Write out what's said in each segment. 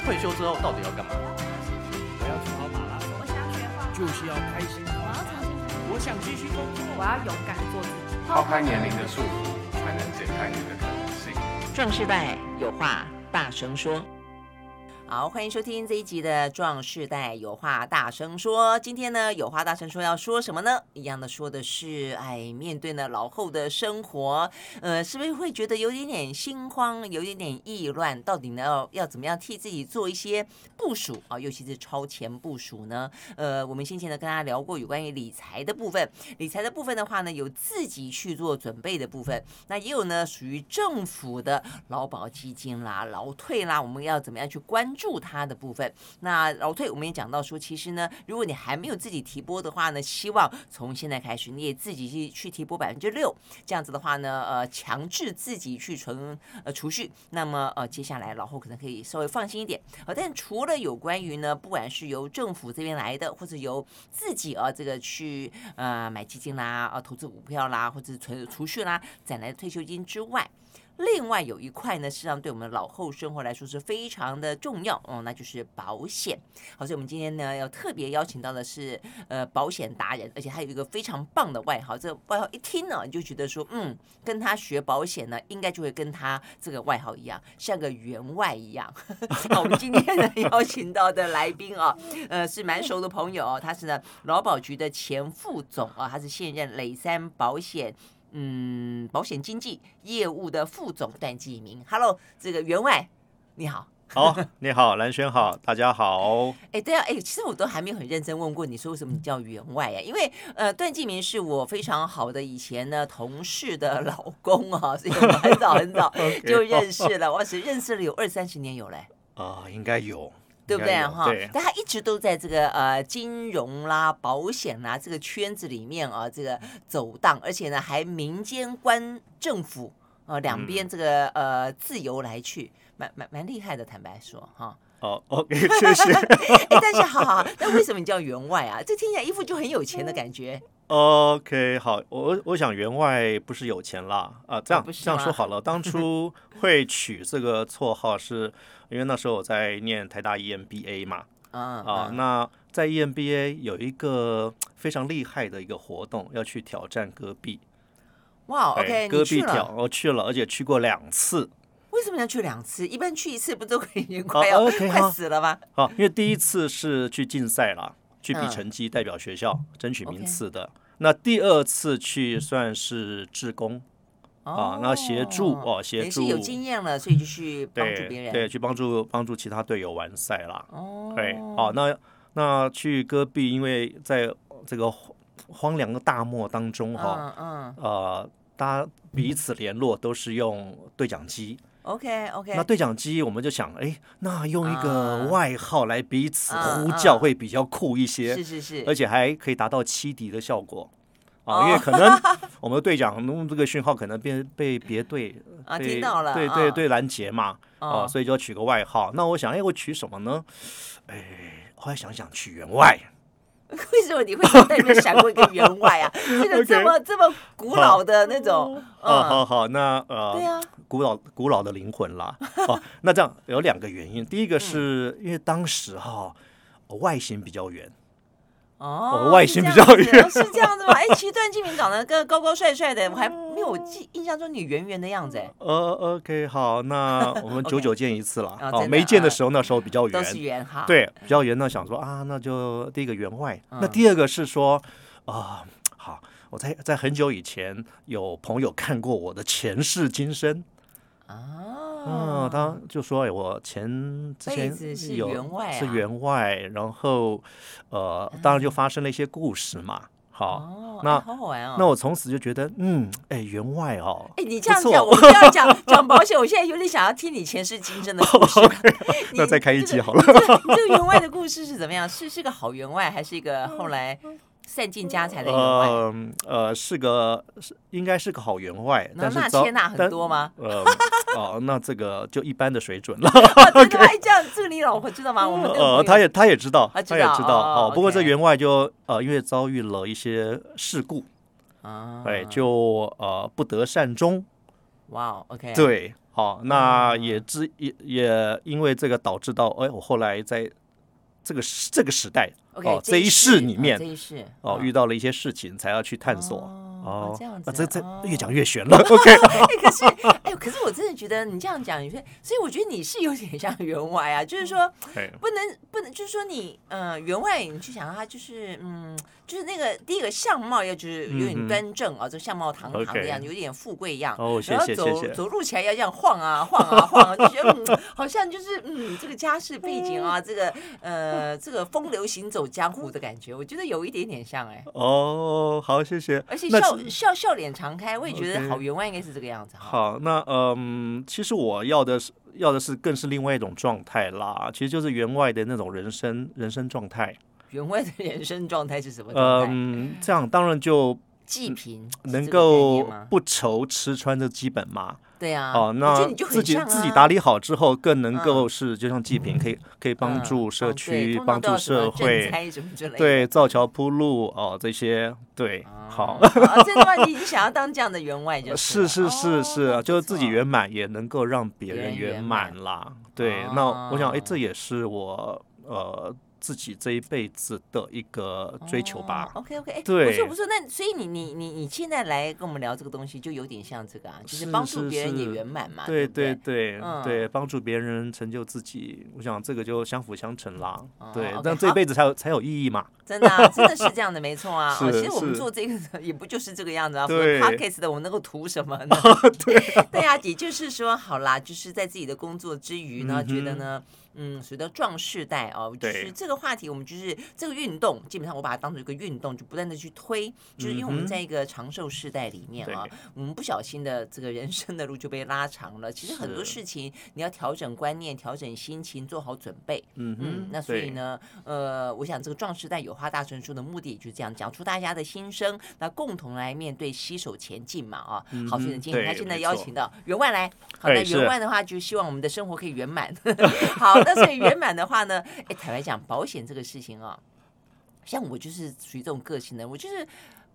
退休之后到底要干嘛？我要去跑马拉松，我想学画画，就是要开心。我要重新，我想继续工作。我要勇敢做自己。抛开年龄的束缚，才能解开你的可能性。壮世代有话大声说。好，欢迎收听这一集的《壮世代有话大声说》。今天呢，有话大声说要说什么呢？一样的说的是，哎，面对呢老后的生活，呃，是不是会觉得有点点心慌，有点点意乱？到底呢要要怎么样替自己做一些部署啊？尤其是超前部署呢？呃，我们先前呢跟大家聊过有关于理财的部分，理财的部分的话呢，有自己去做准备的部分，那也有呢属于政府的劳保基金啦、劳退啦，我们要怎么样去关？关注它的部分。那老退我们也讲到说，其实呢，如果你还没有自己提拨的话呢，希望从现在开始你也自己去去提拨百分之六，这样子的话呢，呃，强制自己去存呃储蓄。那么呃，接下来老后可能可以稍微放心一点。呃，但除了有关于呢，不管是由政府这边来的，或者由自己啊、呃、这个去呃买基金啦、啊、呃、投资股票啦，或者存储蓄啦攒来的退休金之外。另外有一块呢，实际上对我们老后生活来说是非常的重要哦，那就是保险。好，所以我们今天呢要特别邀请到的是呃保险达人，而且他有一个非常棒的外号，这个外号一听呢你就觉得说，嗯，跟他学保险呢，应该就会跟他这个外号一样， 像个员外一样。好，我们今天呢邀请到的来宾啊、哦，呃是蛮熟的朋友哦，他是呢劳保局的前副总啊、哦，他是现任磊山保险。嗯，保险经纪业务的副总段继明，Hello，这个员外，你好。好，你好，蓝轩好，大家好。哎、欸，对啊，哎、欸，其实我都还没有很认真问过你说为什么你叫员外呀、啊？因为呃，段继明是我非常好的以前呢同事的老公啊，所以我们很早很早就认识了，我只认识了有二三十年有嘞。啊、呃，应该有。对不对哈？对但他一直都在这个呃金融啦、保险啦这个圈子里面啊，这个走荡，而且呢还民间官政府呃两边这个、嗯、呃自由来去，蛮蛮蛮厉害的，坦白说 哈。哦、oh,，OK，谢谢。哎但是好好，那为什么你叫员外啊？这听起来一副就很有钱的感觉。 OK，好，我我想员外不是有钱啦啊，这样、哦、这样说好了。当初会取这个绰号是，因为那时候我在念台大 E EMBA 嘛，嗯、啊，那在 EMBA 有一个非常厉害的一个活动，要去挑战戈壁。哇，OK，哦哎戈壁挑我去了，而且去过两次。为什么要去两次？一般去一次不都已 经快要、oh, okay, 快死了吗？哦好，因为第一次是去竞赛啦。去嗯比成绩代表学校争取名次的。那第二次去算是志工哦啊，那协助哦，协助有经验了，所以就去帮助别人，对，去帮助帮助其他队友完赛啦。哦，对，哦，那那去戈壁，因为在这个荒凉的大漠当中哈，嗯，呃，大家彼此联络都是用对讲机。 OK OK，那对讲机我们就想，哎，那用一啊个外号来彼此嗯呼叫会比较酷一些，是是是，而且还可以达到欺敌的效果哦啊，因为可能 我们队长弄这个讯号可能被被别队啊哦听到了，对对对拦截嘛啊，所以就要取个外号。那我想，哎，我取什么呢？哎，后来想想取员外。 为什么你会脑袋里面闪过一个员外啊？ 这个这么这么古老的那种。嗯哦，好好，那呃，对啊，古老古老的灵魂 啦。哦，那这样有两个原因，第一个是嗯因为当时哈外形比较 圆。哦，外形比较圆， 是这样子吗？哎，其实段敬明长得个高高帅帅嗯的，我还没有记印象中你圆圆的样子哎。呃，OK，好，那我 们久久见一次了。哦，没见的时候那时候比较哦圆，啊都是圆哈。对，比较圆。那想说啊，那就第一个员外，嗯那第二个是说啊，好，我在在很久以前有朋友看过我的前世今生。哦，嗯，他就说，哎，我前之前有是啊员外，然后呃，当嗯然就发生了一些故事嘛。好，那好好玩哦。那我从此就觉得，嗯，哎，员外哦，哎，你这样讲，我这样讲讲保险，我现在有点想要听你前世今生的 故事。 哦 那再开一集好了。这个员外的故事是怎么样？是是个好员外，还是一个后来？散尽家财的员 外，呃呃，是个是应该是个好员外，但是那切纳很 多吗？呃，哦，那这个就一般的水 准了。真的吗？这样哦这个你老婆知道吗？我们呃，他也他也知道，他也知道哦。不过这员外就呃，因为遭遇了一些事故，哎啊，哎，就呃不得善终。哇，OK，对。好、那也嗯之也也因为这个导致到，哎，我后来在这个时这个时代 OK，、哦这这一世里哦面这一世哦 遇到了一些事情，才要去探索。哦这样那子这这哦越讲越悬了。OK， 哎可是，哎呦，可是我真的觉得你这样讲，有些，所以我觉得你是有点像员外啊，就是说对不能不能，就是说你呃员外，你去想他就是嗯，就是那个第一个相貌要就是有嗯点哼端正啊，就相貌堂堂的样子， OK 有点富贵样，哦谢然后谢谢走谢走路起来要这样晃啊晃啊晃啊，就觉得 嗯，好像就是嗯这个家世背景啊，这个呃这个风流行走江湖的感觉，我觉得有一点点像 哎、哦，好，谢谢。而且那笑笑笑脸常开，我也觉得 OK 好员外应该是这个样子哈。好，那嗯，其实我要的是要的是更是另外一种状态啦，其实就是员外的那种人生人生状态。员外的人生状态 是什么状态？嗯，这样当然就济贫是能这个概念够吗？不愁吃穿的基本嘛。对啊，哦，我觉那得你就很自己像自己啊打理好之后，更能嗯够是就像济贫， 可以可以帮嗯助社哦对区，通帮常都助有什么社赈会，灾什么之类的。对，造桥铺路哦，这些对，哦，好。啊真的吗？你已经想要当这样的员外 就是是了呃是是哦是，就是自己不错圆满也能够让别别人人圆圆满满啦。对，那我想，哎，哦这也是我呃自己这一辈子的一个追求吧。 OK OK，哎，对不错不错。那所以你你你你现在来跟我们聊这个东西，就有点像这个啊，就是是帮助是别人也是圆满嘛，对不啊对对对嗯对，帮助别人成就自己，我想这个就相辅相成啦哦。对 OK，，那这一好辈子才有才有意义嘛。真 的、啊，真的是这样的，没错啊。哦，是其实我们是做这个的也不就是这个样 子啊。对 p o c k e t 的我们能够图什么 呢？对、 啊，对啊，也就是说，好啦，就是在自己的工作之余呢，嗯哼觉得呢。嗯，所谓的壮世代哦，就是对这个话题，我们就是这个运动，基本上我把它当做一个运动，就不断的去推，就是因为我嗯们哼在一个长寿世代里面啊，对我们不小心的这个人生的路就被拉长了。其实很多是事情你要调整观念、调整心情，做好准备。嗯嗯哼，，那所以对，呢，呃，我想这个壮士代有话大声说的目的也就是这样，讲出大家的心声，那共同来面对，携手前进嘛啊。好，所以呢，今天很嗯对开心的没邀错请到员外来。好，哎那是员外的话，就希望我们的生活可以圆满。 好，那所以圆满的话呢，哎，坦白讲，保险这个事情啊，像我就是属于这种个性的，我就是。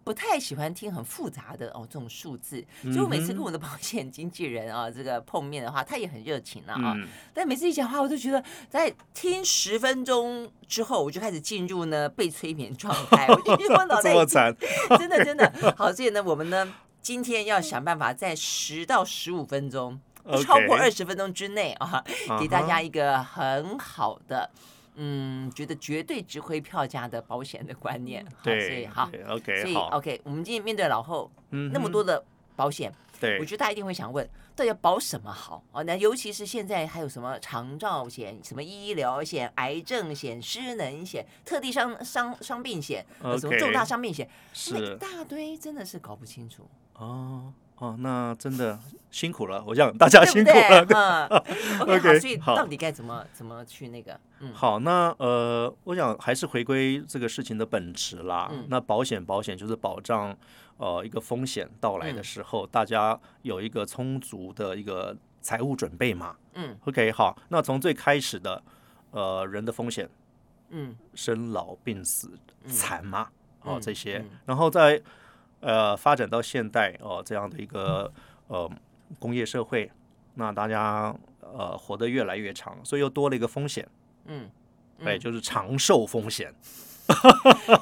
不太喜欢听很复杂的哦这种数字，所以我每次嗯哼跟我的保险经纪人啊这个碰面的话，他也很热情啊啊，嗯，但每次一讲话，我都觉得在听十分钟之后，我就开始进入呢被催眠状态，我就觉得我脑袋这已么经惨，真的真的好。所以呢，我们呢今天要想办法在十到十五分钟，不超过 OK 二十分钟之内啊，给大家一个很好的。嗯，觉得绝对值回票价的保险的观念，好所以嗯对，好，对所，OK，以好，嗯 OK，我们今天面对老后那那么多，的保险，对我，觉得大家一定会想问，到底要保什么好啊？那尤其是现在还有什么长照险、什么医疗险、癌症险、失能险、特地伤伤伤病险、呃什么 OK 重大伤病险，那一是大堆真的是搞不清楚，哦哦，那真的辛苦了，我想大家对不辛苦了。对？嗯，OK，好， OK，所以好到底该怎么怎么去那个？嗯，好，那呃，我想还是回归这个事情的本质啦。嗯那保险，保险就是保障呃一个风险到来嗯的时候，大家有一个充足的一个财务准备嘛。嗯，OK，好，那从最开始的呃人的风险，嗯，生老病死、残嘛，哦嗯这些，嗯然后再呃发展到现代哦这样的一个呃工业社会，那大家呃活得越来越长，所以又多了一个风险，嗯，哎，就是长寿风险，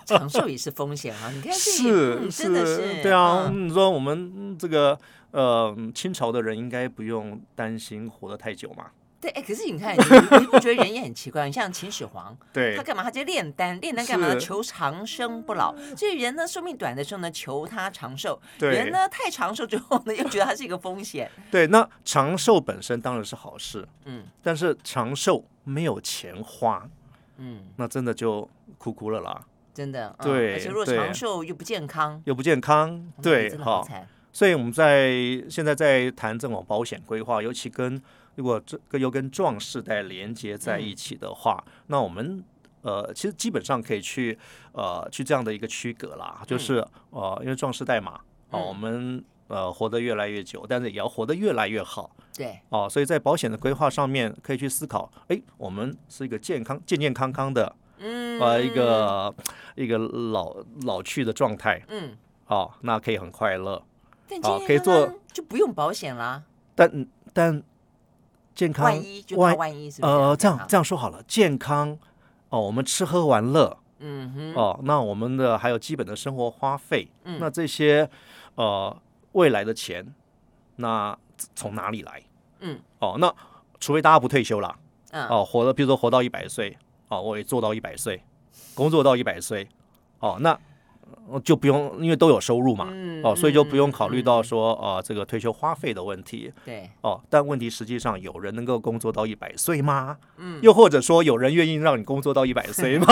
长寿也是风险啊！你看这个嗯是真的是，对啊，嗯你说我们嗯这个呃清朝的人应该不用担心活得太久嘛，对，哎，可是你看，你你不觉得人也很奇怪？你像秦始皇，对他，干嘛？他就炼丹，炼丹干嘛？是求长生不老。所以人呢，寿命短的时候呢，求他长寿；对人呢，太长寿之后呢，又觉得它是一个风险。对，那长寿本身当然是好事，嗯但是长寿没有钱花，嗯，那真的就哭哭了啦，真的。嗯对而且如果对长寿又不健康，又不健康，对，哦真的好好，惨。所以我们在现在在谈这种保险规划，尤其跟如果这个又跟壮世代连接在一起的话，那我们呃其实基本上可以去呃去这样的一个区隔啦，就是、呃因为壮世代嘛，哦、嗯我们呃活得越来越久，但是也要活得越来越好。对，哦，所以在保险的规划上面，可以去思考，哎，我们是一个健康、健健康康的，嗯呃，一个一个老老去的状态，嗯，哦，那可以很快乐。但好今可以天呢做就不用保险啦。但但健康万一就怕万一是不是？呃，这样这样样，说好了，健康哦，我们吃喝玩乐嗯哼，哦，那我们的还有基本的生活花费，嗯那这些呃未来的钱，那从哪里来？嗯，哦，那除非大家不退休啦，嗯哦，活了，比如说活到一百岁，哦，我也做到一百岁，工作到一百岁，哦，那呃就不用，因为都有收入嘛，嗯哦，所以就不用嗯考虑到说呃这个退休花费的问题，对，哦，但问题实际上有人能够工作到一百岁吗？嗯，又或者说有人愿意让你工作到 一百岁吗？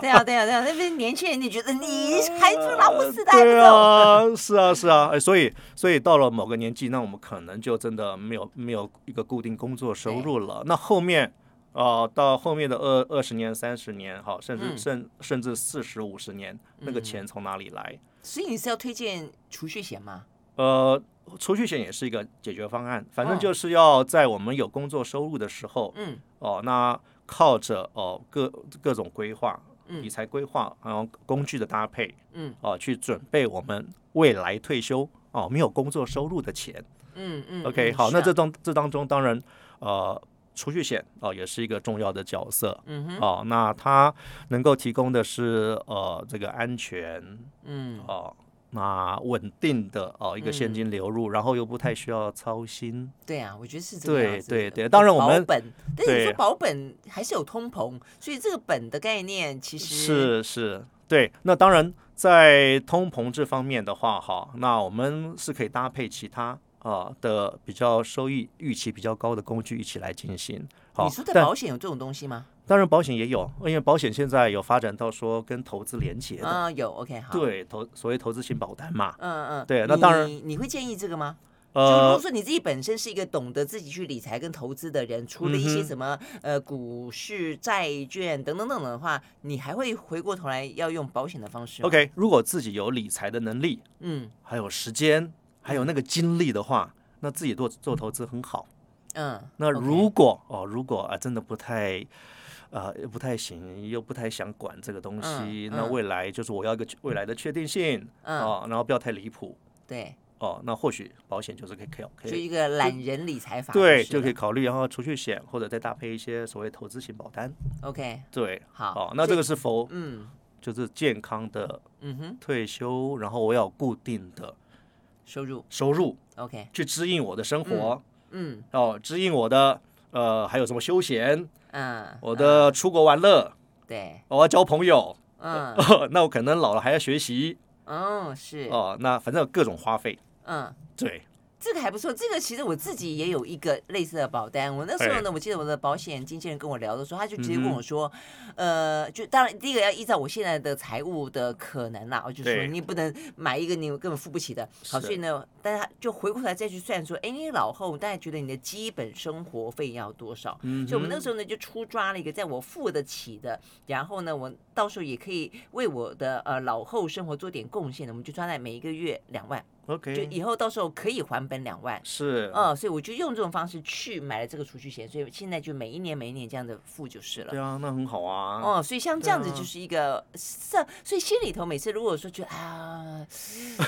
对啊，对啊，对啊，那边年轻人就觉得你还是老不死的，还不 对走，啊，是啊，是啊，哎，所以所以到了某个年纪，那我们可能就真的没有没有一个固定工作收入了。那后面呃，到后面的二二十年、三十年，好，甚至嗯甚、甚至四十五十年，那个钱从哪里来？所以你是要推荐储蓄险吗？呃，储蓄险也是一个解决方案，反正哦就是要在我们有工作收入的时候，嗯哦，那靠着哦各各种规划、嗯理财规划，然后工具的搭配，嗯，哦，去准备我们未来退休哦没有工作收入的钱。嗯嗯 OK，嗯好，是那啊这当这当中当然呃。储蓄险哦，也是一个重要的角色、嗯哼哦。那它能够提供的是呃这个安全嗯哦，那稳定的哦一个现金流入，然后又不太需要操心。对啊，我觉得是这个对样子对的对当然我保们本，但是你对说保本还是有通膨，所以这个本的概念其实是是，对。那当然，在通膨这方面的话，哈，那我们是可以搭配其他啊、的比较收益预期比较高的工具一起来进行。好你说，的但保险有这种东西吗？当然保险也有，因为保险现在有发展到说跟投资连结的，啊，有 OK 好，，对投所谓投资型保单嘛。嗯嗯，对那当然你你会建议这个吗？就如呃果，说你自己本身是一个懂得自己去理财跟投资的人，除了一些嗯哼什么、呃股市、债券等等等等的话，你还会回过头来要用保险的方式吗 OK，如果自己有理财的能力，嗯还有时间，还有那个精力的话，那自己做做投资很好。嗯，那 OK 如果哦，如果啊真的不太，呃，不太行，又不太想管这个东西，嗯那嗯未来就是我要一个未来的确定性，嗯哦，然后不要太离谱，对，哦，那或许保险就是可以可以可就一以，个懒人理财法是了，对，就可以考虑，然后储蓄险或者再搭配一些所谓投资型保单， OK 对，好哦，那所这以个是否嗯就是健康的嗯哼退休，然后我要有固定的收入收入 OK 去支应我的生活，嗯哦，支应我的呃还有什么休闲，嗯我嗯的出国玩乐。对我要交朋友， 嗯哦那我可能老了还要学习哦是哦，那反正有各种花费。嗯。对，这个还不错，这个其实我自己也有一个类似的保单。我那时候哎呢，我记得我的保险经纪人跟我聊的时候，他就直嗯接问我说：“呃，就当然第一个要依照我现在的财务的可能啦，我就说对你不能买一个你根本付不起的。好，是所以呢，但是他就回过头来再去算说，哎，你老后大概觉得你的基本生活费要多少？嗯所以我们那个时候呢，就出抓了一个在我付得起的，然后呢，我到时候也可以为我的呃老后生活做点贡献的，我们就抓在每一个月两万。就 OK 以后到时候可以还本两万。是嗯，所以我就用这种方式去买了这个储蓄险，所以现在就每一年每一年这样的付就是对了。啊，那很好啊。哦，所以像这样子对啊就是一个这，所以心里头每次如果说觉得啊，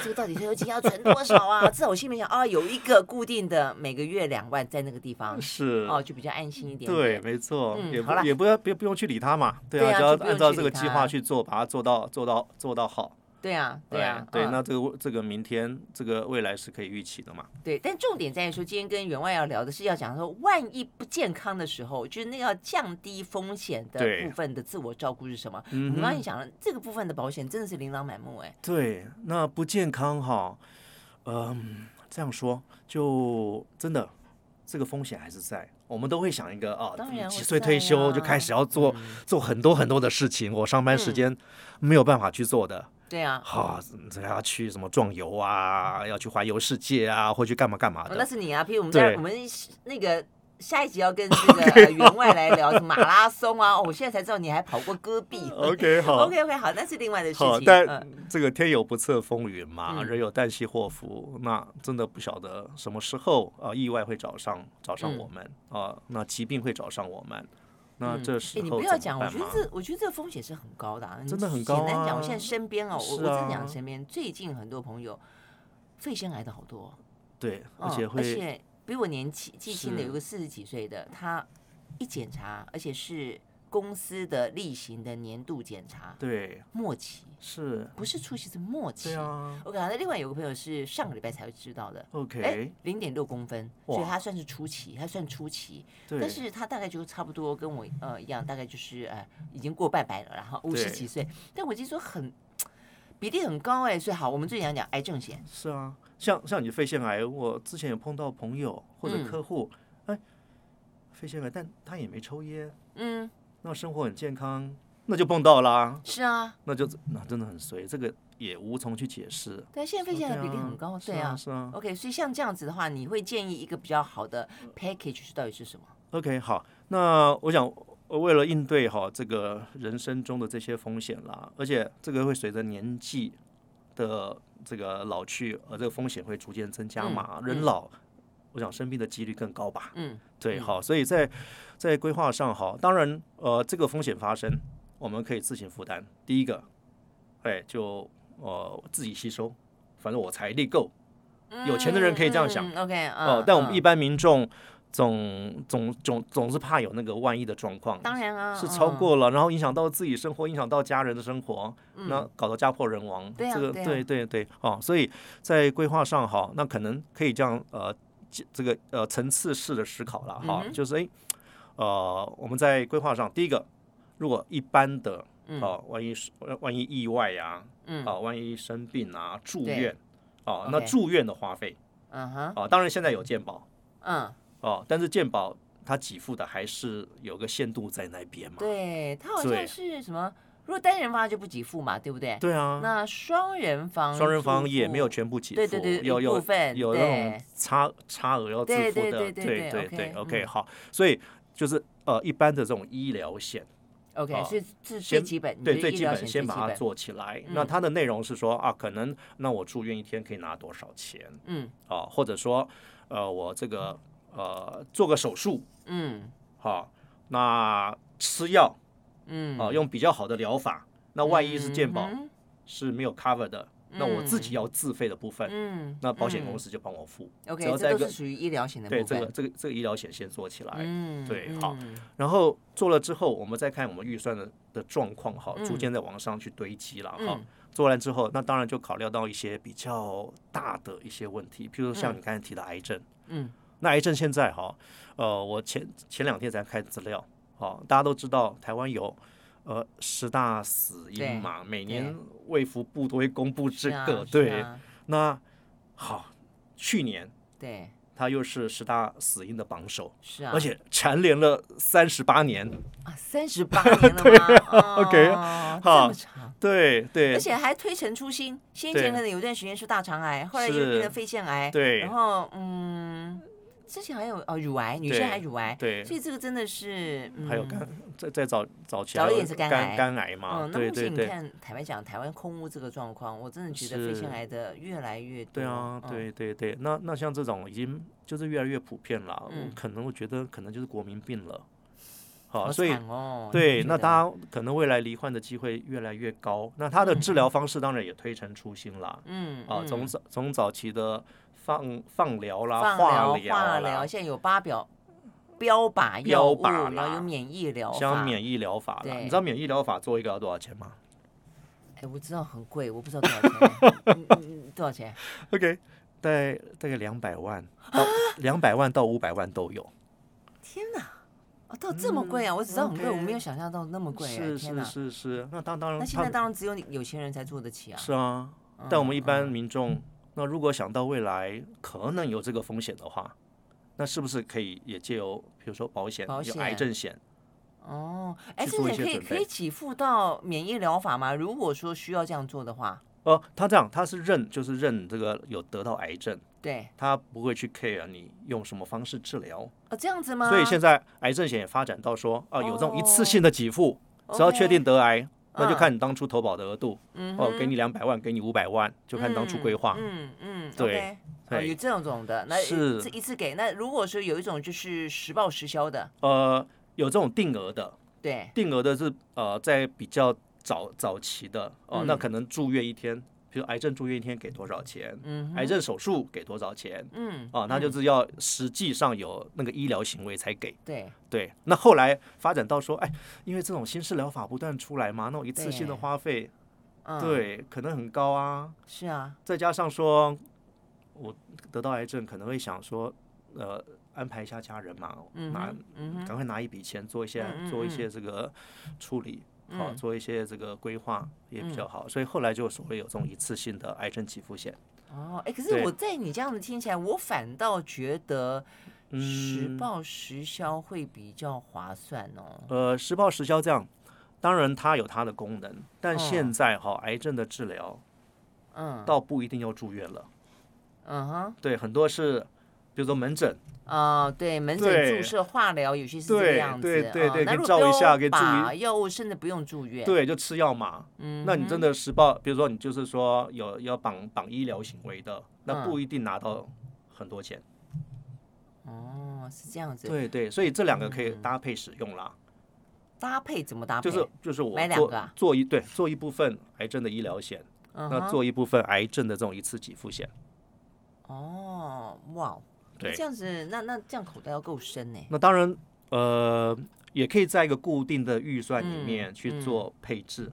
这个到底退休金要存多少啊？ 至少我心里面想啊，有一个固定的每个月两万在那个地方，是哦，就比较安心一点对，点。没错，嗯也好啦不也不要不不用去理他嘛。对对啊啊，就就不要用按照去这理个计他划去做，把它做到做到做到好。对啊，对对啊，对，嗯那这个这个明天这个未来是可以预期的嘛？对，但重点在于说，今天跟员外要聊的是要讲说，万一不健康的时候，就是那个要降低风险的对部分的自我照顾是什么？嗯我们刚才哼讲了，这个部分的保险真的是琳琅满目哎、对，那不健康哈，嗯，这样说就真的这个风险还是在。我们都会想一个啊当，然几我岁在退休就啊开始要做、做很多很多的事情，我上班时嗯间没有办法去做的，对啊，哈、这要去什么壮游啊，要去环游世界啊，或去干嘛干嘛哦那的。是你啊，譬如我们在对我们那个。下一集要跟 这个呃员外来聊什么马拉松啊！哦，我现在才知道你还跑过戈壁。 OK，好 OK OK，好，那是另外的事好，情。但嗯这个天有不测风云嘛，嗯人有旦夕祸福，那真的不晓得什么时候啊、呃意外会找上找上嗯我们啊、那疾病会找上我们，那嗯这哎时你候不怎要么讲，我办觉得嘛这，我觉得这个风险是很高的、啊，真的很你高简单讲，啊我现在身边哦，我、我是真的啊讲身边最近很多朋友肺腺癌的好多哦、对，嗯而且而会且比我年纪纪轻的是有个四十几岁的，他一检查，而且是公司的例行的年度检查，对，末期是，不是出席是末期。对啊我感觉另外有个朋友是上个礼拜才知道的，哎，OK，，零点六公分，所以哇他算是初期，他算初期，对，但是他大概就差不多跟我呃一样，大概就是呃已经过半百了啦，然后五十对几岁，但我听说很比例很高哎、所以好，我们最想讲癌症险，是啊，像像你的肺腺癌，我之前有碰到朋友或者嗯客户，哎，肺腺癌，但他也没抽烟，嗯，那生活很健康，那就碰到啦，是啊，那就那真的很衰，这个也无从去解释。对，现在肺腺癌对比例啊很高，是对啊。是啊。嗯 OK，所以像这样子的话，你会建议一个比较好的 package 是到底是什么？ OK，好，那我想呃为了应对哈这个人生中的这些风险啦，而且这个会随着年纪的这个老去，呃，这个风险会逐渐增加嘛，嗯人嗯老。我想生病的几率更高吧，嗯，对，嗯好，所以在在规划上哈，当然，呃，这个风险发生，我们可以自行负担。第一个，哎，就呃自己吸收，反正我财力够，有钱的人可以这样想嗯嗯嗯 OK，哦、但我们一般般民众总总总总是怕有那个万一的状况，当然啊，是嗯超。过了，然后影响到自己生活，影响到家人的生活，嗯那搞得家破人亡。对啊这个对啊对对对哦，所以在规划上哈，那可能可以这样呃，这这个呃层次式的思考了哈，嗯哼就是哎呃我们在规划上，第一个，如果一般的嗯哦，万一是万一意外呀、啊，嗯万一生病啊，住对院哦，那 OK 住院的花费嗯哼，哦，当然现在有健保嗯，哦，但是健保它给付的还是有个限度在那边嘛。对，他好像对是什么？如果单人房就不给付嘛，对不对？对啊，那双人房，双人房也没有全部给付，对对对有一有部分有那对种差差额要自对付对的，对对对对 OK， ，OK 嗯好，所以就是呃一般的这种医疗险， OK，哦所以是最先基本，你对觉最嗯得医基疗本险先最把基它本，嗯做起来。那它的内容是说啊，可能那我住院一天可以拿多少钱嗯啊，或者说呃我这个呃做个手术嗯啊，那吃药嗯，啊用比较好的疗法，那万一是健保嗯是没有 cover 的，那我自己要自费的部分，嗯那保险公司司就帮我付。只要 OK，在这一都个是属于医疗险的对部这个分。这个这个医疗险先做起来，嗯，对嗯好然后做了之后，我们再看我们预算的的状况哈，嗯逐渐在往上去堆积了哈。嗯做完之后，那当然就考虑到一些比较大的一些问题，譬如像嗯你刚才提的癌症。嗯，那癌症现在哈，呃，我前前两天才看资料，好，大家都知道台湾有。呃，十大死对因嘛，每对年卫福部都会公布是这啊个。是对，啊那好，去年对，它又是十大死因的榜首。是啊，而且蝉联了三十八年。啊，三十八 年了吗 OK，哦这好么长，对对，而且还推陈出新。先前对可能有段时间是大肠癌，后来又是变成肺腺癌，对然后嗯，之前还有哦乳癌，女对生还乳癌，对所以这个真的是嗯还有肝，再再早早期早还有一点是肝癌肝癌嘛，嗯，那对目对前你对，看，坦白讲，台湾空屋这个状况，我真的觉得肺是腺癌的越来越多。对啊，嗯，对对对，那那像这种已经就是越来越普遍了，我嗯可能我觉得可能就是国民病了，好，好所以惨哦。对，那家大家可能未来罹患的机会越来越高，那它的治疗方式当然也推陈出新啦，嗯啊，从嗯早从早期的放放疗啊啦、放化疗、化啦疗，。现在有八表标靶药物，标靶啦然后有免疫疗法。像免疫疗法啦，对你知道免疫疗法做一个要多少钱吗哎，我知道很贵，我不知道多少钱，嗯嗯嗯多少钱？ ？OK，大概大概两百万到两百万到五百万都有。天哪，哦，到这么贵啊！我只知道很贵，嗯 OK 我没有想象到那么贵啊。是天是哪，是是，那当当然，那现在他当然只有有钱人才做得起啊。是啊，但我们一般嗯民众，那如果想到未来可能有这个风险的话，那是不是可以也借由比如说保险、保有癌险症险？哦，哎，去这做一点些可以准可备以给付到免疫疗法吗？如果说需要这样做的话，哦，他这样，他是认就是认这个有得到癌症，对，他不会去 care 你用什么方式治疗，哦，这样子吗？所以现在癌症险也发展到说啊，有这种一次性的给付，只要确哦 OK 定得癌。那就嗯看你当初投保的额度、嗯哦，哼给你两百万，给你五百万，就看当初规划。嗯嗯，对 OK 哦，对有这种的，那一是次一次给。那如果说有一种就是实报实销的，呃，有这种定额的，对，定额的是呃，在比较早早期的哦、那嗯可能住院一天比如癌症住院一天给多少钱，嗯癌症手术给多少钱，嗯，啊，哎那就是要实际上有那个医疗行为才给。对，对，那后来发展到说，哎，因为这种新式疗法不断出来嘛，那我一次性的对花费，嗯，，对，可能很高啊。是啊，再加上说，我得到癌症可能会想说，呃，安排一下家人嘛，嗯拿哼，嗯哼，赶快拿一笔钱做一些嗯嗯做一嗯些这个处理，好、嗯做一些这个规划也比较好。所以后来就所谓有这种一次性的癌症给付险，哦，哎，可是对我在你这样子听起来，我反倒觉得实嗯报实销会比较划算哦。呃，时报时销这样，当然它有它的功能，但哦现在哈、癌症的治疗嗯，倒不一定要住院了。嗯哼，对，很多是，比如说门诊，啊，对，门诊对注射、化疗有些是这个对样子，对对啊对那可以如果照一下标可以注意靶药物甚至不用住院。，对，就吃药嘛。嗯哼，那你真的实报，比如说你就是说有要绑绑医疗行为的，那嗯不一定拿到很多钱。哦，是这样子，对对，所以这嗯两个可以搭配使用啦。搭配怎么搭就配？是就是我买两做个啊做一对做一部分癌症的医疗险，嗯那哼做一部分癌症的这种一次给付险。哦，哇，对这，样子，那那这样口袋要够深呢。那当然呃。也可以在一个固定的预算里嗯面去嗯做配置，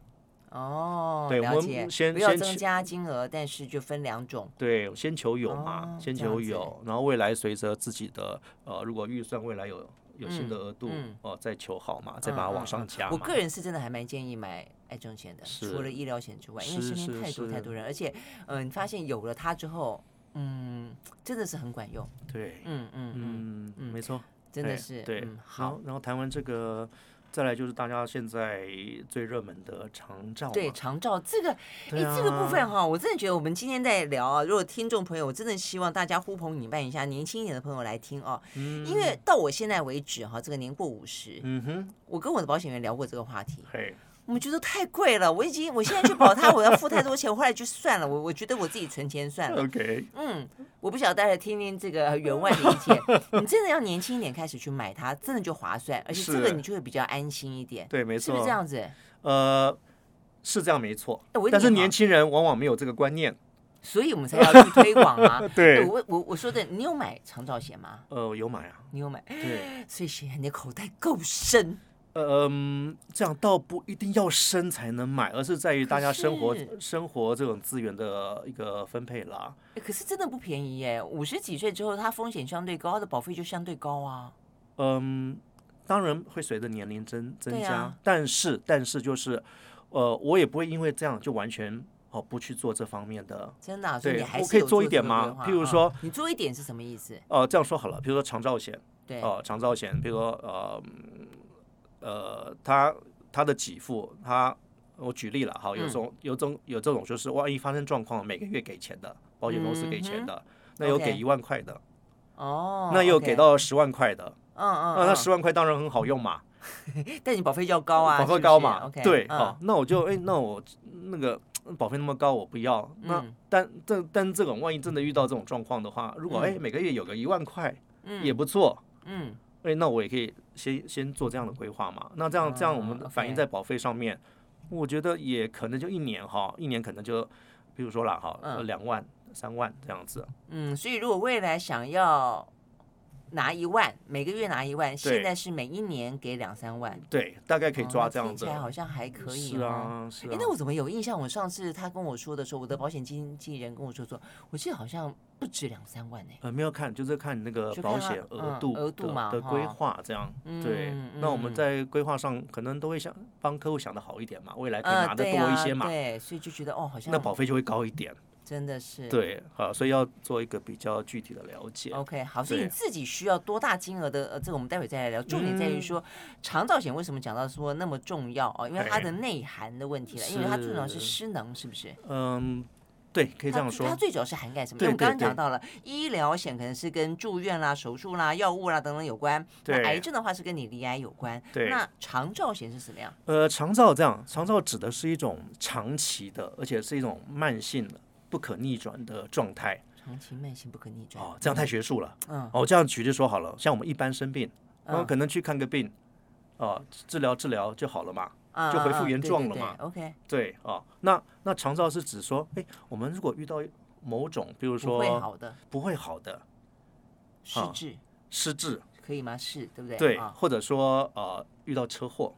哦，对了我们解，先不要先增去加金额，但是就分两种。对，先求有嘛，哦先这样求子有，然后未来随着自己的呃，如果预算未来有有新的嗯额度，嗯哦、再求好嘛，再嗯把它嗯往上嗯加嘛。我个人是真的还蛮建议买癌症险的，除是了医疗险之外，因为身是是边太多是太多人，而且，嗯、你发现有了它之后，嗯，真的是很管用，对，嗯嗯嗯，嗯，嗯没错，真的对是，对。嗯、然好后，，然后谈完这个，再来就是大家现在最热门的长照嘛，对长照这个，哎、对这个部啊分哈，我真的觉得我们今天在聊啊，如果听众朋友，我真的希望大家呼朋引伴一下年轻一点的朋友来听哦，因为到我现在为止哈，这个年过五十、嗯哼，我跟我的保险员聊过这个话题，嘿，我们觉得太贵了，我已经我现在去保它，我要付太多钱，我后来就算了，我我觉得我自己存钱算了。 OK，嗯，我不晓得大家听听这个员外的意 见，你真的要年轻一点开始去买它，真的就划算，而且这个是你就会比较安心一点，对，没是错，不是这？样子？呃，是这样没错哎我一，但是点啊年轻人往往没有这个观念。所以我们才要去推广啊。 对哎我我我说的，你有买长照险吗？呃，有买啊，你有买，对，所以显然你的口袋够深。呃嗯，这样倒不一定要生才能买，而是在于大家生活是生活这种资源的一个分配啦。哎可是真的不便宜耶，五十几岁之后，它风险相对高，它的保费就相对高啊。嗯，当然会随着年龄增增对加，啊但是但是就是，呃，我也不会因为这样就完全哦不去做这方面的。真的、啊，所以对你还我是可以有做一这点个吗规划譬如啊说你做一点是什么意思？呃，这样说好了，比如说长照险，对，哦、长照险，比如说呃嗯呃，它它的给付，它我举例了哈，有嗯种有种有这种就是万一发生状况，每个月给钱的，保险公司给嗯哼钱的，那有 OK 给一万块的，哦，那也有 OK 给，到十万块的，嗯嗯，啊，那嗯十万块当然很好用嘛，但你保费就要高啊，保是不费是高嘛， ，OK，对嗯哦，那我就哎，那我那个保费那么高，我不要。那嗯但但但这种万一真的遇到这种状况的话，如果哎嗯每个月有个一万块嗯也不错，嗯，哎，那我也可以先先做这样的规划嘛。那这样这样我啊们，OK 反映在保费上面，我觉得也可能就一年哈，一年可能就比如说啦哈，呃嗯两万三万这样子。嗯，所以如果未来想要拿一万，每个月拿一万，现在是每一年给两三万，对，大概可以哦抓那这样听子。起来好像还可以是哦。啊，是哎啊，。那我怎么有印象？我上次他跟我说的时候，我的保险经纪人跟我说说，我记得好像不止两三万呢、呃，没有看，就是看你那个就看保它险额嗯度额度的嘛的规哈划这样。对嗯，那我们嗯在规划上可能都会想帮客户想的好一点嘛，未来可以呃，拿的对多一啊，些嘛，对，所以就觉得哦，好像那保费就会高一点。真的是。对，好，所以要做一个比较具体的了解。 OK，好，所以对你自己需要多大金额的？呃，这个我们待会再来聊。重点在于嗯说，长照险为什么讲到说那么重要哦？因为它哎的内涵的问题了，因为它最主要是是失能，是不是？嗯，对，可以这它样最说它。最主要是涵盖什么？因对为我们对刚刚讲对到了医疗险，可能是跟住院啦、手术啦、药物啦等等有关。那对癌症的话是跟你罹癌有关。对那长照险是什么样？呃，长照这样，长照指的是一种长期的，而且是一种慢性的、不可逆转的状态。长期慢性不可逆转。哦，这样太学术了。嗯哦，这样举例说好了，像我们一般生病，然后呃嗯可能去看个病，哦，治疗治疗就好了嘛。嗯就恢复嗯嗯原对状对了对嘛 OK，对啊，那那长照是指说，哎，我们如果遇到某种，比如不说嗯会好的，不会好的失啊智失智，可以吗？是，对不对？对，啊或者说呃遇到车祸，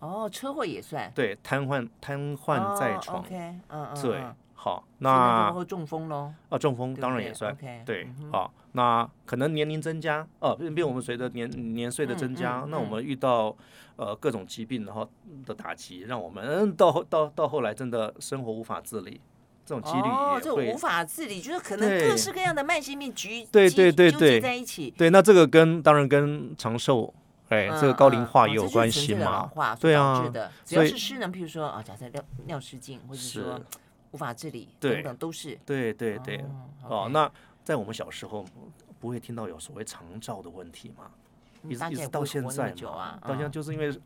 哦，车祸也算，对，瘫痪瘫痪在哦床， ，OK，嗯嗯，对嗯，好，所以那那就会中风喽。啊中风对不当然对也算， ，OK，对嗯哼，啊，那可能年龄增加，呃，因为我们随着年年岁的增加嗯，嗯那我嗯们遇到呃各种疾病然后的打击，让我们嗯到后到到后来真的生活无法自理，这种几率哦，也这会无法治理，就是可能各对式各样的慢性病局对集对对纠结对在一起，对，那这个跟当然跟长寿，哎，这个嗯高龄嗯化哦也这有就是关纯系粹的老嘛。化所对导啊致的，只要所以是失能，譬如说啊，假设尿尿失禁，或者是说无法治理对等等，都是。对对对，哦哦， ，OK，那在我们小时候不会听到有所谓长照的问题嘛，嗯一直大一家也直不会到现活那么在久嘛啊，，到现在嗯就是因为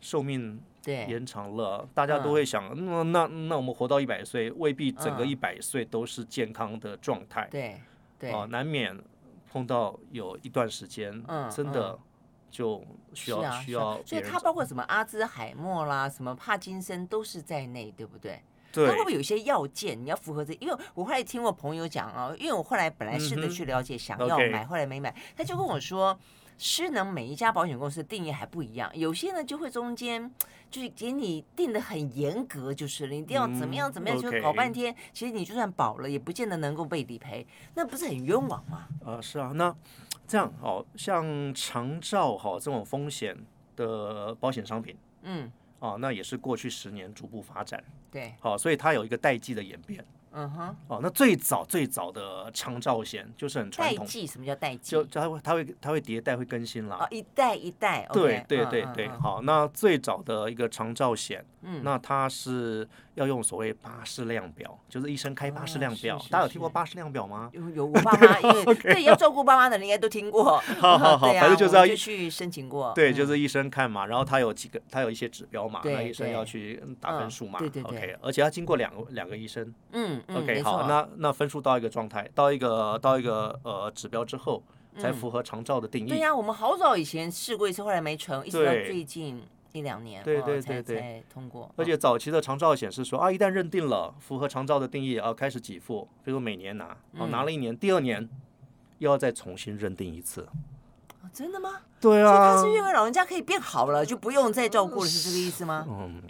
寿命对，延长了，大家嗯都会想，嗯那那我们活到一百岁，未必整个嗯一百岁都是健康的状态，对对哦，难免碰到有一段时间嗯，真的就需是要啊，需是啊要所别以人它照包括什么阿兹海默啦，什么帕金森都是在内，对不对？它会对不会有一些要件你要符合这？因为我后来听我朋友讲啊，因为我后来本来试嗯着哼去了解，想要 OK 买，后来没买，他就跟我说。失能每一家保险公司的定义还不一样，有些呢就会中间就是给你定的很严格，就是了你一定要怎么样嗯怎么样，就 OK 搞半天。其实你就算保了，也不见得能够被理赔，那不是很冤枉吗？啊，是啊，那这样哦，像长照哈、这种风险的保险商品嗯，啊，那也是过去十年逐步发展，对，好、所以它有一个代际的演变嗯哼，哦。那最早最早的长照险就是很传代统，际什么叫代际？就就它会它会它会迭代会更新啦。哦，一代一代，对 OK，对嗯对嗯对，嗯好，那最早的一个长照险，嗯那它是要用所谓巴氏量表，就是医生开巴氏哦量是表，是大家有听是过巴氏量表吗？有有我爸妈，因为对要照顾爸妈的人应该都听过。好好好 对啊 反正就是我要就去申请过。对，就嗯是医生看嘛，然后他有几个，他有一些指标嘛，那对医生对要去嗯打嗯分数嘛对对对，OK，而且要经过两个两个医生嗯嗯，OK，没好，错那那分数到一个状态，到一个到一个呃指标之后，才符合长照的定嗯对义。呀、我们好早以前试过一次，后来没成，一直到对最近一两年，对哦对才对对才通过。而且早期的长照显示说啊，一旦认定了符合长照的定义，啊，开始给付，比如每年拿，哦，嗯拿了一年，第二年又要再重新认定一次。哦真的吗？对所以啊他，是认为老人家可以变好了，就不用再照顾了，是这个意思吗？嗯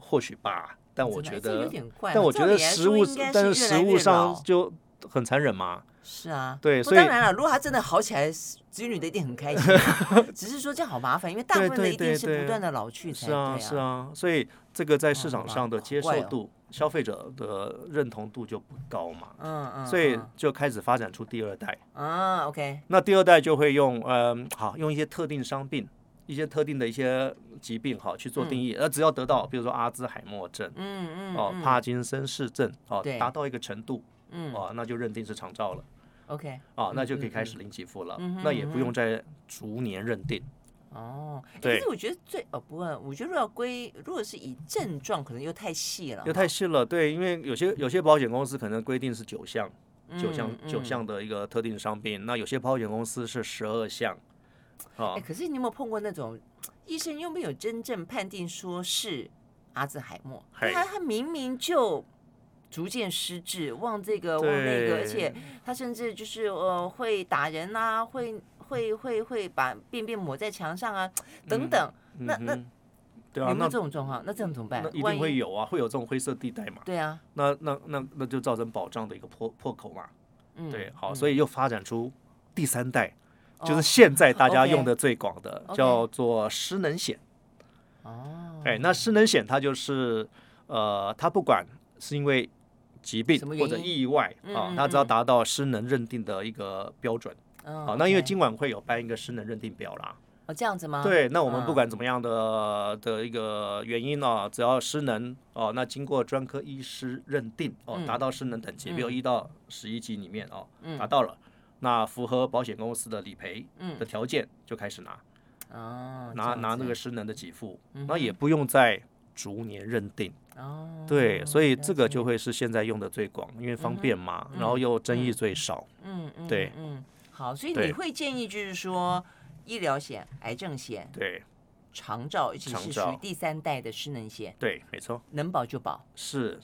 或许吧，但我真的觉哎这有得，点怪。但我照觉得理来食说物应该，但是是越食来物越上老就很残忍嘛。是啊，对不所以当然了，如果他真的好起来，子女的一定很开心啊，只是说这样好麻烦，因为大部对分的对一定对是对不断的老去才是对啊，是啊，所以这个在市好场吧上的好接怪受哦度、消费者的认同度就不高嘛，嗯嗯，所以嗯就开始发展出第二代。啊，OK，那第二代就会用，嗯、好，用一些特定伤病、一些特定的一些疾病，好去做定义。呃，只要得到，比如说阿兹海默症。嗯嗯嗯，哦，嗯帕金森氏症哦对，达到一个程度嗯哦，那就认定是长照了，OK，哦，那就可以嗯开始领给付了嗯哼，那也嗯不哼用再逐年认定。哦，哎对可是我觉得最哦，不过我觉得如果要归，如果是以症状，可能又太细了哈，又太细了，对，因为有些有些保险公司可能规定是九项，九项嗯九。项的一个特定伤病，那有些保险公司是十二项，啊哎，，可是你有没有碰过那种医生又没有真正判定说是阿兹海默，嘿他他明明就。逐渐失智，忘这个忘那个，而对且他甚至就是呃会打人啊，会会会会把便便抹在墙上啊，等等。那那嗯哼对有啊，没有那这种状况？那这样怎么办那？一万定会有啊，会有这种灰色地带嘛，对啊，那那那那就造成保障的一个破破口嘛，嗯，对，好，嗯所以又发展出第三代，就是哦现在 大家 OK 用的最广的 OK 叫做失能险，哦，哎，那失能险它就是呃，它不管是因为疾病什么原或者因意外啊嗯嗯，它只要嗯达到失能认定的一个标准。嗯好，那因为 OK 今晚会有颁一个失能认定表啦。哦这样子吗？对，那我们不嗯管怎么样的的一个原因呢，只要失能哦，那经过专科医师认定哦嗯，达到失能等级，嗯比如一到十一级里面哦嗯，达到了。那符合保险公司的理赔嗯的条件，就开始拿哦，拿这样拿子那个失能的给付，嗯那也哼不用再逐年认定。哦，对，所以这了个解就会是现在用的最广，因为方便嘛，然后嗯又争议嗯最少。嗯嗯对嗯，好，所以你对会建议就是说医疗险、癌症险、对，长照，而且是长属于照第三代的失能险，对，没错，能保就保，是。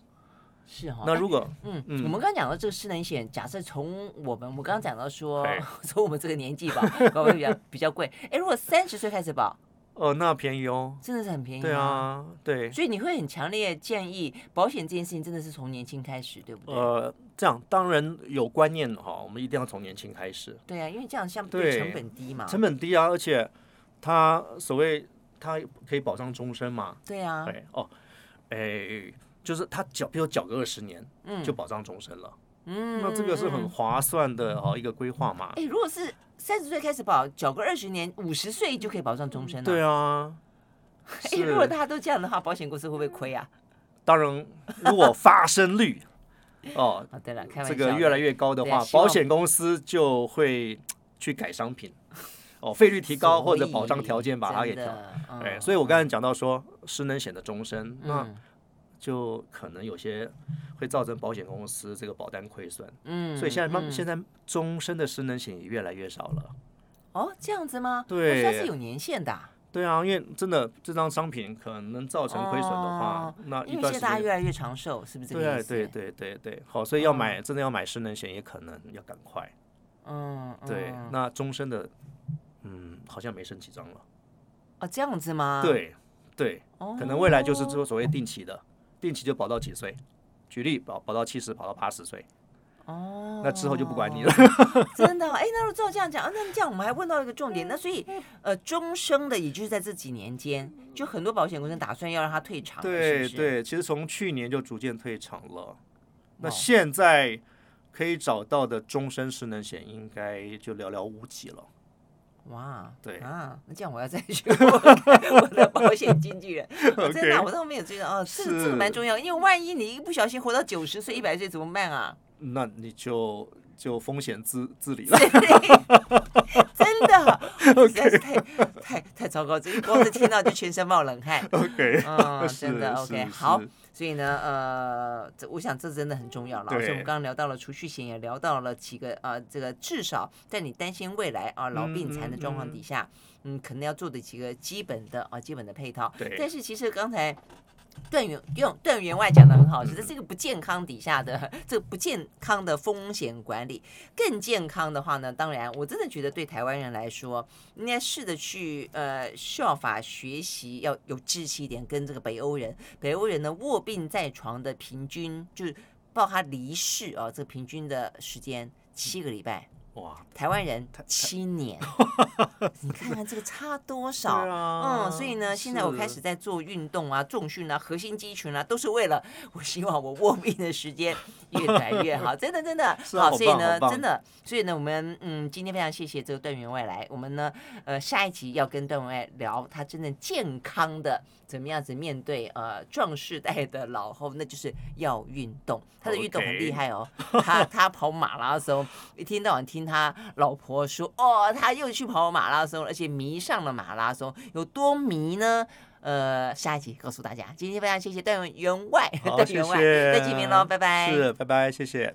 是哈、那如果嗯，嗯我们刚刚讲到这个失能险，假设从我们，我们刚刚讲到说对， 从我们这个年纪吧， 搞不好比较比较贵。哎，如果三十岁开始保，呃，那便宜哦，真的是很便宜、对，啊，对，所以你会很强烈建议保险这件事情真的是从年轻开始，对不对？呃，这样当然有观念哈、我们一定要从年轻开始，对啊，因为这样相对对成本低嘛。成本低啊，而且它所谓它可以保障终身嘛，对啊，对哦，哎，就是它缴，比如缴个二十年，嗯就保障终身了，嗯那这个是嗯嗯很划算的哦，一个规划嘛，哎、如果是三十岁开始保，缴个二十年，五十岁就可以保障终身了、对啊，啊，哎、如果是大家都这样的话，保险公司会不会亏啊？当然如果发生率 哦，啊，对了，开玩笑这的，个越来越高的对啊话，希望保险公司就会去改商 品，哦，费率提高或者保障条件把它给真调。的，嗯哎，所以我刚才讲到说，失能险的终身，那嗯就可能有些会造成保险公司这个保单亏损，嗯所以现在慢嗯现在终身的失能险也越来越少了。哦，这样子吗？对哦它是有年限的啊、对啊，因为真的这张商品可能造成亏损的话哦，那啊一因为现段在时大家越间。来越嗯长寿，是不是这个意对思？对对对对，好，所以要买真的要买失能险，也可能要赶快。嗯，嗯，对，那终身的，嗯，好像没剩几张了。哦，这样子吗？，对对，哦、可能未来就是说所谓定期的，定期就保到几岁。举例保保到七十，保到八十岁，哦，那之后就不管你了。真的哦，哎，那如果照这样讲，啊，那这样我们还问到一个重点，那所以，呃，终生的，也就是在这几年间，就很多保险公司打算要让它退 场，对是不是，对，其实从去年就逐渐退场了。那哦现在可以找到的终身失能险，应该就寥寥无几了。哇，对啊，那这样我要再去问我的保险经纪人， 我真的啊， OK 我倒没有追到哦，这个是这个蛮重要，因为万一你一不小心活到九十岁、一百岁怎么 办啊？ 那你就就风险自自理 了。真的，实在是太太太糟糕，这一光是听到就全身冒冷汗。 OK，嗯，是真的是 OK，是好，所以呢，呃，这我想这真的很重要了。啊所以我们对刚刚聊到了储蓄险，也聊到了几个呃，这个至少在你担心未来啊、老病残的状况底下，嗯可能要做的几个基本的啊、基本的配套。对但是其实刚才。段员用段员外讲的很好，其实这个不健康底下的 这个不健康的风险管理，更健康的话呢，当然我真的觉得对台湾人来说，应该试着去呃效法学习，要有志气一点，跟这个北欧人，北欧人呢卧病在床的平均就是报他离世啊、这个平均的时间七个礼拜，哇，台湾人七 年，你看看这个差多少。对啊嗯，所以呢，现在我开是始在做运动啊、重训啊、核心肌群啊，都是为了我希望我卧病的时间越来 越好，真的真的是啊好所以棒呢好，棒真的，所以呢，我们嗯，今天非常谢谢这个段员外来，我们呢，呃，下一集要跟段员外聊他真正健康的怎么样子面对呃壮世代的老后，那就是要运动，他的运动很厉 OK 害哦，他 他跑马拉松，一天到晚听他老婆说，哦，他又去跑马拉松了，而且迷上了马拉松，有多迷呢？呃，下一集告诉大家。今天非常谢谢段员外，好段谢员外，谢戴继明喽，拜拜。是，拜拜，谢谢。